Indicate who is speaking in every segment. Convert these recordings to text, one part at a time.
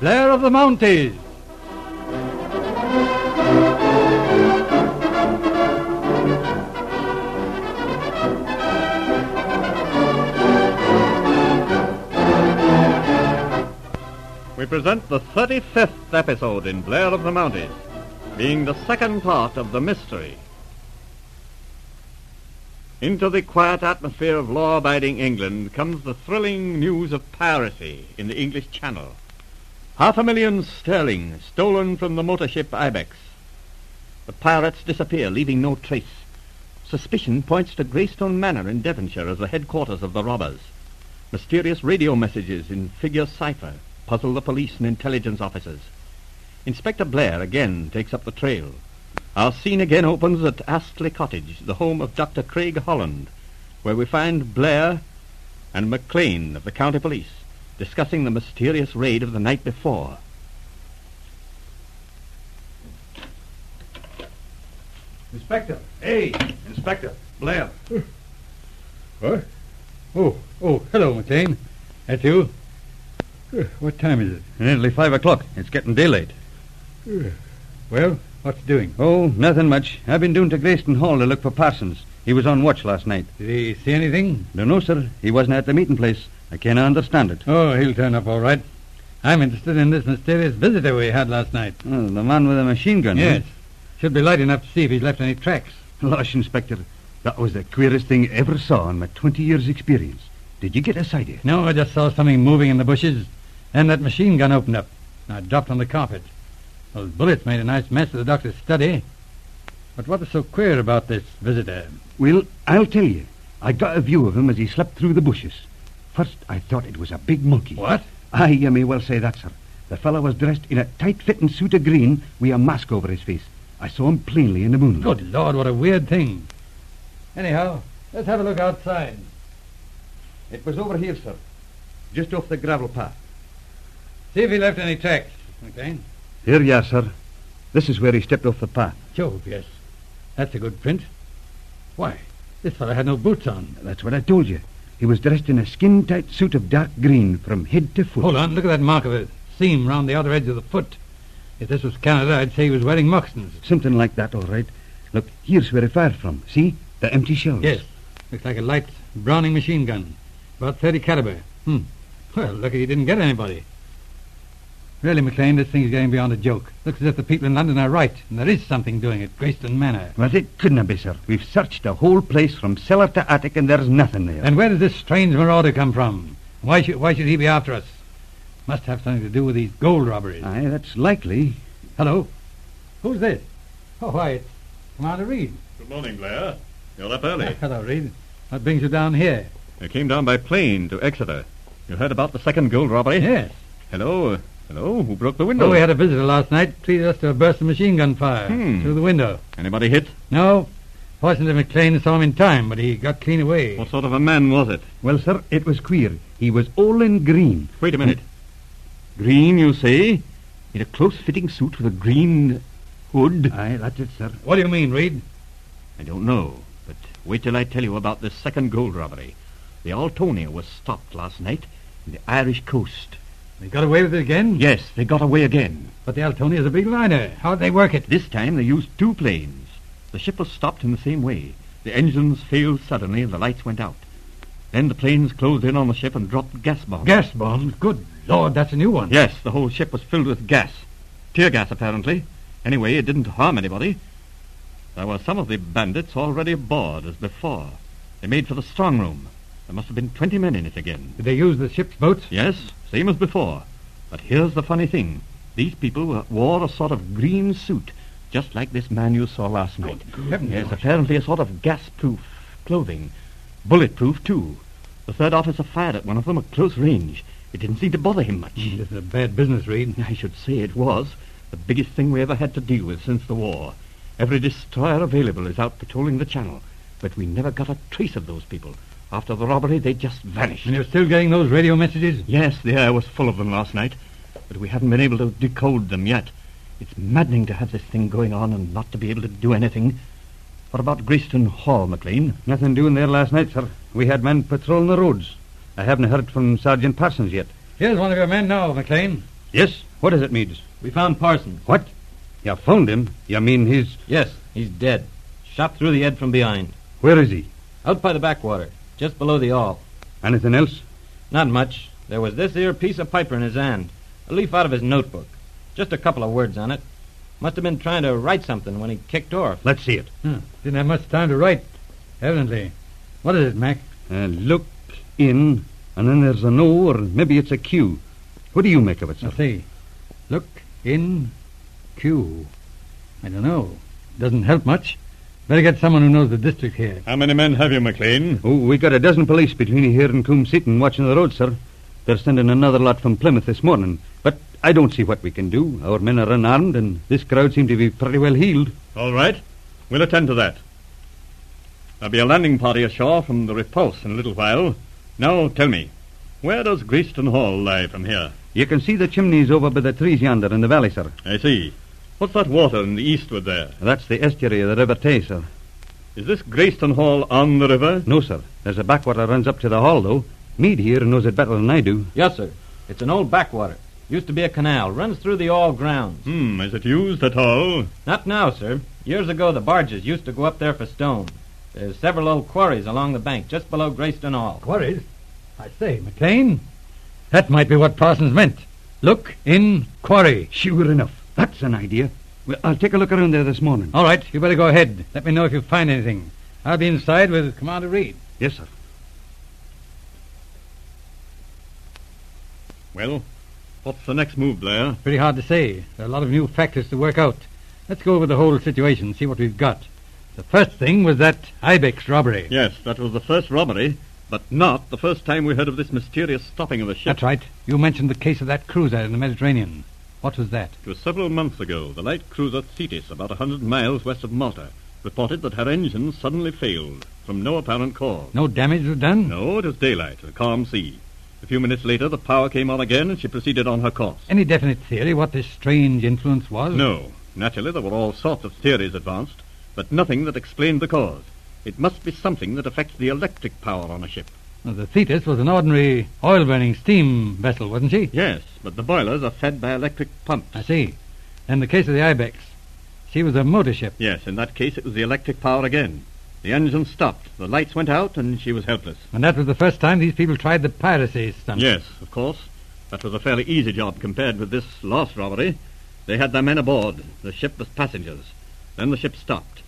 Speaker 1: Blair of the Mounties. We present the 35th episode in Blair of the Mounties, being the second part of the mystery. Into the quiet atmosphere of law-abiding England comes the thrilling news of piracy in the English Channel. Half a million sterling stolen from the motor ship Ibex. The pirates disappear, leaving no trace. Suspicion points to Greystone Manor in Devonshire as the headquarters of the robbers. Mysterious radio messages in figure cipher puzzle the police and intelligence officers. Inspector Blair again takes up the trail. Our scene again opens at Astley Cottage, the home of Dr. Craig Holland, where we find Blair and McLean of the county police discussing the mysterious raid of the night before.
Speaker 2: Inspector. Hey, Inspector. Blair.
Speaker 3: What? Oh, oh, hello, McLean. That you? Uh, What time is it?
Speaker 4: Nearly five o'clock. It's getting daylight.
Speaker 3: Well, what's doing?
Speaker 4: Oh, nothing much. I've been down to Greyston Hall to look for Parsons. He was on watch last night.
Speaker 3: Did he see anything?
Speaker 4: No, no, sir. He wasn't at the meeting place. I can't understand it.
Speaker 3: Oh, he'll turn up all right. I'm interested in this mysterious visitor we had last night.
Speaker 4: Oh, the man with the machine gun. huh?
Speaker 3: Yes. Should be light enough to see if he's left any tracks.
Speaker 5: Losh, Inspector, that was the queerest thing I ever saw in my 20 years' experience. Did you get a sight of it?
Speaker 3: No, I just saw something moving in the bushes. Then that machine gun opened up. And I dropped on the carpet. Those bullets made a nice mess of the doctor's study. But what was so queer about this visitor?
Speaker 5: Well, I'll tell you. I got a view of him as he slipped through the bushes. First, I thought it was a big monkey.
Speaker 3: What?
Speaker 5: Aye, you may well say that, sir. The fellow was dressed in a tight-fitting suit of green with a mask over his face. I saw him plainly in the moonlight.
Speaker 3: Good Lord, what a weird thing. Anyhow, let's have a look outside.
Speaker 4: It was over here, sir. Just off the gravel path.
Speaker 3: See if he left any tracks. Okay.
Speaker 4: Here you are, sir. This is where he stepped off the path.
Speaker 3: Jove, yes. That's a good print. Why, this fellow had no boots on.
Speaker 5: That's what I told you. He was dressed in a skin-tight suit of dark green from head to foot.
Speaker 3: Hold on, look at that mark of a seam round the other edge of the foot. If this was Canada, I'd say he was wearing moccasins.
Speaker 5: Something like that, all right. Look, here's where he fired from. See? The empty shells.
Speaker 3: Yes, looks like a light Browning machine gun. About 30 caliber. Hmm. Well, lucky he didn't get anybody. Really, McLean, this thing's getting beyond a joke. Looks as if the people in London are right, and there is something doing at Greyston Manor.
Speaker 5: But it couldn't be, sir. We've searched the whole place from cellar to attic, and there's nothing there.
Speaker 3: And where does this strange marauder come from? Why should, why should he be after us? Must have something to do with these gold robberies.
Speaker 5: Aye, that's likely.
Speaker 3: Hello? Who's this? Oh, why, it's Commander Reed.
Speaker 1: Good morning, Blair. You're up early.
Speaker 3: Hello, Reed. What brings you down here?
Speaker 1: You came down by plane to Exeter. You heard about the second gold robbery?
Speaker 3: Yes. Oh,
Speaker 1: Hello, uh, hello. Who broke the window?
Speaker 3: Well, we had a visitor last night, treated us to a burst of machine gun fire
Speaker 1: Hmm.
Speaker 3: through the window.
Speaker 1: Anybody hit?
Speaker 3: No. Fortunately, McLean saw him in time, but he got clean away.
Speaker 1: What sort of a man was it?
Speaker 5: Well, sir, it was queer. He was all in green.
Speaker 1: Wait a minute. Green, you say? In a close-fitting suit with a green hood?
Speaker 5: Aye, that's it, sir.
Speaker 3: What do you mean, Reed?
Speaker 1: I don't know, but wait till I tell you about this second gold robbery. The Altonia was stopped last night in the Irish coast.
Speaker 3: They got away with it again?
Speaker 1: Yes, they got away again.
Speaker 3: But the Altonia's a big liner. How'd they work it?
Speaker 1: This time they used two planes. The ship was stopped in the same way. The engines failed suddenly and the lights went out. Then the planes closed in on the ship and dropped gas bombs.
Speaker 3: Gas bombs? Good Lord, that's a new one.
Speaker 1: Yes, the whole ship was filled with gas. Tear gas, apparently. Anyway, it didn't harm anybody. There were some of the bandits already aboard as before. They made for the strong room. There must have been 20 men in it again.
Speaker 3: Did they use the ship's boats?
Speaker 1: Yes, same as before. But here's the funny thing. These people were, wore a sort of green suit, just like this man you saw last night.
Speaker 3: heavens,
Speaker 1: Yes, apparently a sort of gas-proof clothing. Bulletproof, too. The third officer fired at one of them at close range. It didn't seem to bother him much.
Speaker 3: This is a bad business, Reed.
Speaker 1: I should say it was. The biggest thing we ever had to deal with since the war. Every destroyer available is out patrolling the channel. But we never got a trace of those people. After the robbery, they just vanished.
Speaker 3: And you're still getting those radio messages?
Speaker 1: Yes, the air was full of them last night. But we haven't been able to decode them yet. It's maddening to have this thing going on and not to be able to do anything. What about Greyston Hall, McLean?
Speaker 4: Nothing doing there last night, sir. We had men patrolling the roads. I haven't heard from Sergeant Parsons yet.
Speaker 3: Here's one of your men now, McLean.
Speaker 4: Yes, What is it, Meads?
Speaker 6: We found Parsons.
Speaker 4: What? You found him? You mean he's.
Speaker 6: Yes, he's dead. Shot through the head from behind.
Speaker 4: Where is he?
Speaker 6: Out by the backwater, just below the all.
Speaker 4: Anything else?
Speaker 6: Not much. There was this here piece of paper in his hand. A leaf out of his notebook. Just a couple of words on it. Must have been trying to write something when he kicked off.
Speaker 4: Let's see it.
Speaker 3: Didn't have much time to write. Evidently. What is it, Mac?
Speaker 4: Uh, look in, and then there's an O, or maybe it's a Q. What do you make of it, sir?
Speaker 3: Let's see. Look in Q. I don't know. Doesn't help much. Better get someone who knows the district here.
Speaker 1: How many men have you, McLean?
Speaker 4: Oh, we got a dozen police between here and Coombe Seaton watching the road, sir. They're sending another lot from Plymouth this morning, but I don't see what we can do. Our men are unarmed, and this crowd seem to be pretty well healed.
Speaker 1: All right. We'll attend to that. There'll be a landing party ashore from the Repulse in a little while. Now, tell me, where does Greaston Hall lie from here?
Speaker 4: You can see the chimneys over by the trees yonder in the valley, sir.
Speaker 1: I see. What's that water in the eastward there?
Speaker 4: That's the estuary of the River Tay, sir.
Speaker 1: Is this Greaston Hall on the river?
Speaker 4: No, sir. There's a backwater runs up to the hall, though. Mead here knows it better than I do.
Speaker 6: Yes, sir. It's an old backwater. Used to be a canal. Runs through the all grounds.
Speaker 1: Hmm, is it used at all?
Speaker 6: Not now, sir. Years ago, the barges used to go up there for stone. There's several old quarries along the bank, just below Greyston Hall.
Speaker 3: Quarries? I say, McLean. That might be what Parsons meant. Look in quarry.
Speaker 5: Sure enough. That's an idea.
Speaker 4: Well, I'll take a look around there this morning.
Speaker 3: All right, you better go ahead. Let me know if you find anything. I'll be inside with Commander Reed.
Speaker 4: Yes, sir.
Speaker 1: Well, what's the next move, Blair?
Speaker 3: Pretty hard to say. There are a lot of new factors to work out. Let's go over the whole situation, see what we've got. The first thing was that Ibex robbery.
Speaker 1: Yes, that was the first robbery, but not the first time we heard of this mysterious stopping of the ship.
Speaker 3: That's right. You mentioned the case of that cruiser in the Mediterranean. What was that?
Speaker 1: It was several months ago. The light cruiser Thetis, about a hundred miles west of Malta, reported that her engine suddenly failed from no apparent cause.
Speaker 3: No damage was done?
Speaker 1: No, it was daylight, a calm sea. A few minutes later, the power came on again, and she proceeded on her course.
Speaker 3: Any definite theory what this strange influence was?
Speaker 1: No. Naturally, there were all sorts of theories advanced, but nothing that explained the cause. It must be something that affects the electric power on a ship.
Speaker 3: Now, The Thetis was an ordinary oil burning steam vessel, wasn't she?
Speaker 1: Yes, but the boilers are fed by electric pumps.
Speaker 3: I see. And the case of the Ibex. She was a motor ship.
Speaker 1: Yes, in that case, it was the electric power again. The engine stopped, the lights went out, and she was helpless.
Speaker 3: And that was the first time these people tried the piracy stunt.
Speaker 1: Yes, of course. That was a fairly easy job compared with this last robbery. They had their men aboard. The ship was passengers. Then the ship stopped.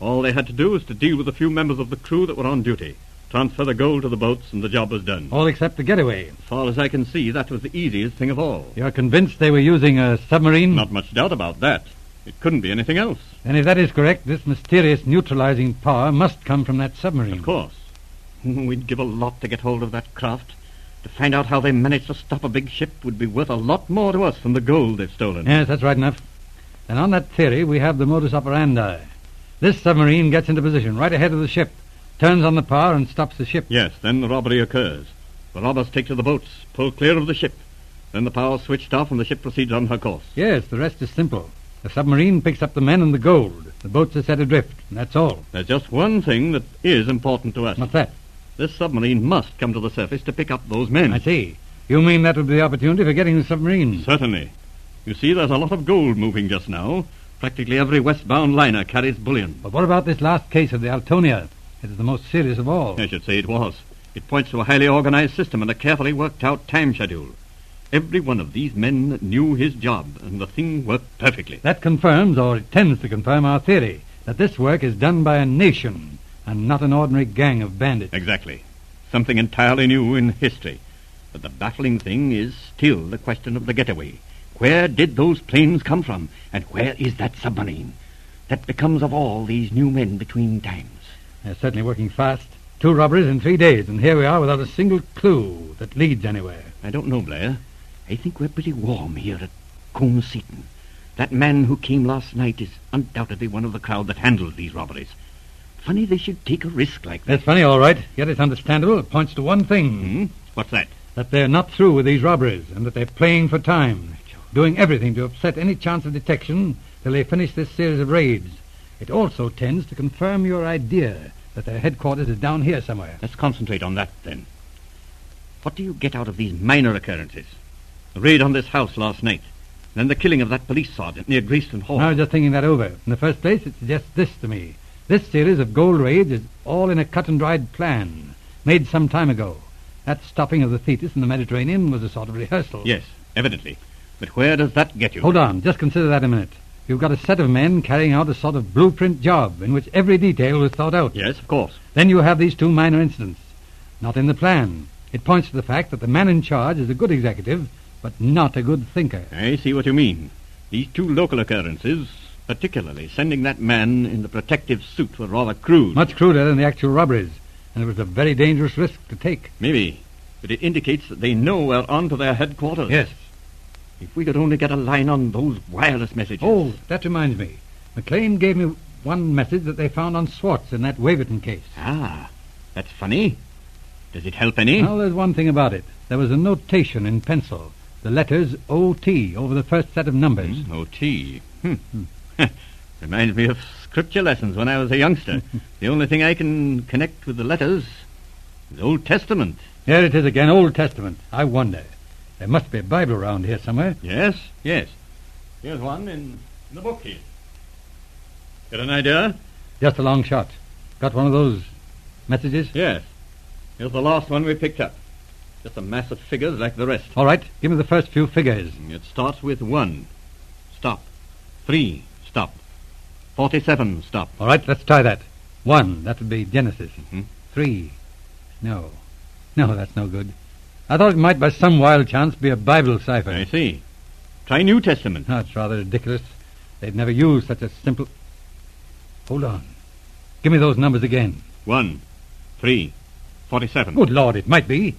Speaker 1: All they had to do was to deal with the few members of the crew that were on duty, transfer the gold to the boats, and the job was done.
Speaker 3: All except the getaway.
Speaker 1: As far as I can see, that was the easiest thing of all.
Speaker 3: You're convinced they were using a submarine?
Speaker 1: Not much doubt about that. It couldn't be anything else.
Speaker 3: And if that is correct, this mysterious neutralizing power must come from that submarine.
Speaker 1: Of course. We'd give a lot to get hold of that craft. To find out how they managed to stop a big ship would be worth a lot more to us than the gold they've stolen.
Speaker 3: Yes, that's right enough. And on that theory, we have the modus operandi. This submarine gets into position right ahead of the ship, turns on the power, and stops the ship.
Speaker 1: Yes, then the robbery occurs. The robbers take to the boats, pull clear of the ship. Then the power's switched off and the ship proceeds on her course.
Speaker 3: Yes, the rest is simple. The submarine picks up the men and the gold. The boats are set adrift, and that's all.
Speaker 1: There's just one thing that is important to us.
Speaker 3: What's that?
Speaker 1: This submarine must come to the surface to pick up those men.
Speaker 3: I see. You mean that would be the opportunity for getting the submarine?
Speaker 1: Certainly. You see, there's a lot of gold moving just now. Practically every westbound liner carries bullion.
Speaker 3: But what about this last case of the Altonia? It is the most serious of all.
Speaker 1: I should say it was. It points to a highly organized system and a carefully worked out time schedule. Every one of these men knew his job, and the thing worked perfectly.
Speaker 3: That confirms, or it tends to confirm, our theory that this work is done by a nation and not an ordinary gang of bandits.
Speaker 1: Exactly. Something entirely new in history. But the baffling thing is still the question of the getaway. Where did those planes come from? And where is that submarine? That becomes of all these new men between times.
Speaker 3: They're certainly working fast. Two robberies in three days, and here we are without a single clue that leads anywhere.
Speaker 1: I don't know, Blair. I think we're pretty warm here at Coombe Seaton. That man who came last night is undoubtedly one of the crowd that handled these robberies. Funny they should take a risk like that.
Speaker 3: That's funny, all right. Yet it's understandable. It points to one thing
Speaker 1: Hmm? What's that?
Speaker 3: that they're not through with these robberies and that they're playing for time, doing everything to upset any chance of detection till they finish this series of raids. It also tends to confirm your idea that their headquarters is down here somewhere.
Speaker 1: Let's concentrate on that then. What do you get out of these minor occurrences? The raid on this house last night, Then the killing of that police sergeant near Greaston Hall.
Speaker 3: I was just thinking that over. In the first place, it suggests this to me. This series of gold raids is all in a cut and dried plan, made some time ago. That stopping of the Thetis in the Mediterranean was a sort of rehearsal.
Speaker 1: Yes, evidently. But where does that get you?
Speaker 3: Hold on, just consider that a minute. You've got a set of men carrying out a sort of blueprint job in which every detail was thought out.
Speaker 1: Yes, of course.
Speaker 3: Then you have these two minor incidents. Not in the plan. It points to the fact that the man in charge is a good executive, but not a good thinker.
Speaker 1: I see what you mean. These two local occurrences, particularly sending that man in the protective suit, were rather crude.
Speaker 3: Much cruder than the actual robberies, and it was a very dangerous risk to take.
Speaker 1: Maybe. But it indicates that they know we're on to their headquarters.
Speaker 3: Yes.
Speaker 1: If we could only get a line on those wireless messages.
Speaker 3: Oh, that reminds me. McLean gave me one message that they found on Swartz in that Waverton case.
Speaker 1: Ah, that's funny. Does it help any?
Speaker 3: Well, there's one thing about it. There was a notation in pencil. The letters OT over the first set of numbers.
Speaker 1: Hmm, OT. Hmm. Reminds me of scripture lessons when I was a youngster. the only thing I can connect with the letters is Old Testament.
Speaker 3: There it is again, Old Testament. I wonder. There must be a Bible around here somewhere.
Speaker 1: Yes, yes. Here's one in the book here. Got an idea?
Speaker 3: Just a long shot. Got one of those messages?
Speaker 1: Yes. Here's the last one we picked up. Just a mass of figures like the rest.
Speaker 3: All right, give me the first few figures.
Speaker 1: It starts with one. Stop. Three. Stop. Forty-seven. Stop.
Speaker 3: All right, let's try that. One, that would be Genesis.
Speaker 1: Mhm.
Speaker 3: Three, no. No, that's no good. I thought it might by some wild chance be a Bible cipher.
Speaker 1: I see. Try New Testament.
Speaker 3: No, it's rather ridiculous. They'd never use such a simple. Hold on. Give me those numbers again.
Speaker 1: One, three, forty-seven,
Speaker 3: Good Lord, it might be.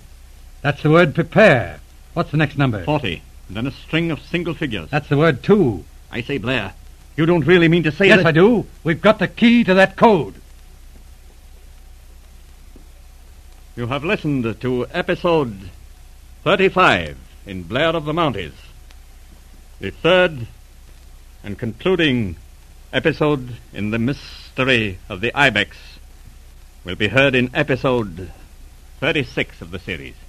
Speaker 3: That's the word prepare. What's the next number?
Speaker 1: forty, and then a string of single figures.
Speaker 3: That's the word two.
Speaker 1: I say, Blair, you don't really mean to say
Speaker 3: Yes,
Speaker 1: that.
Speaker 3: I do. We've got the key to that code.
Speaker 1: You have listened to episode 35 in Blair of the Mounties, the third and concluding episode in the mystery of the ibex will be heard in episode 36 of the series.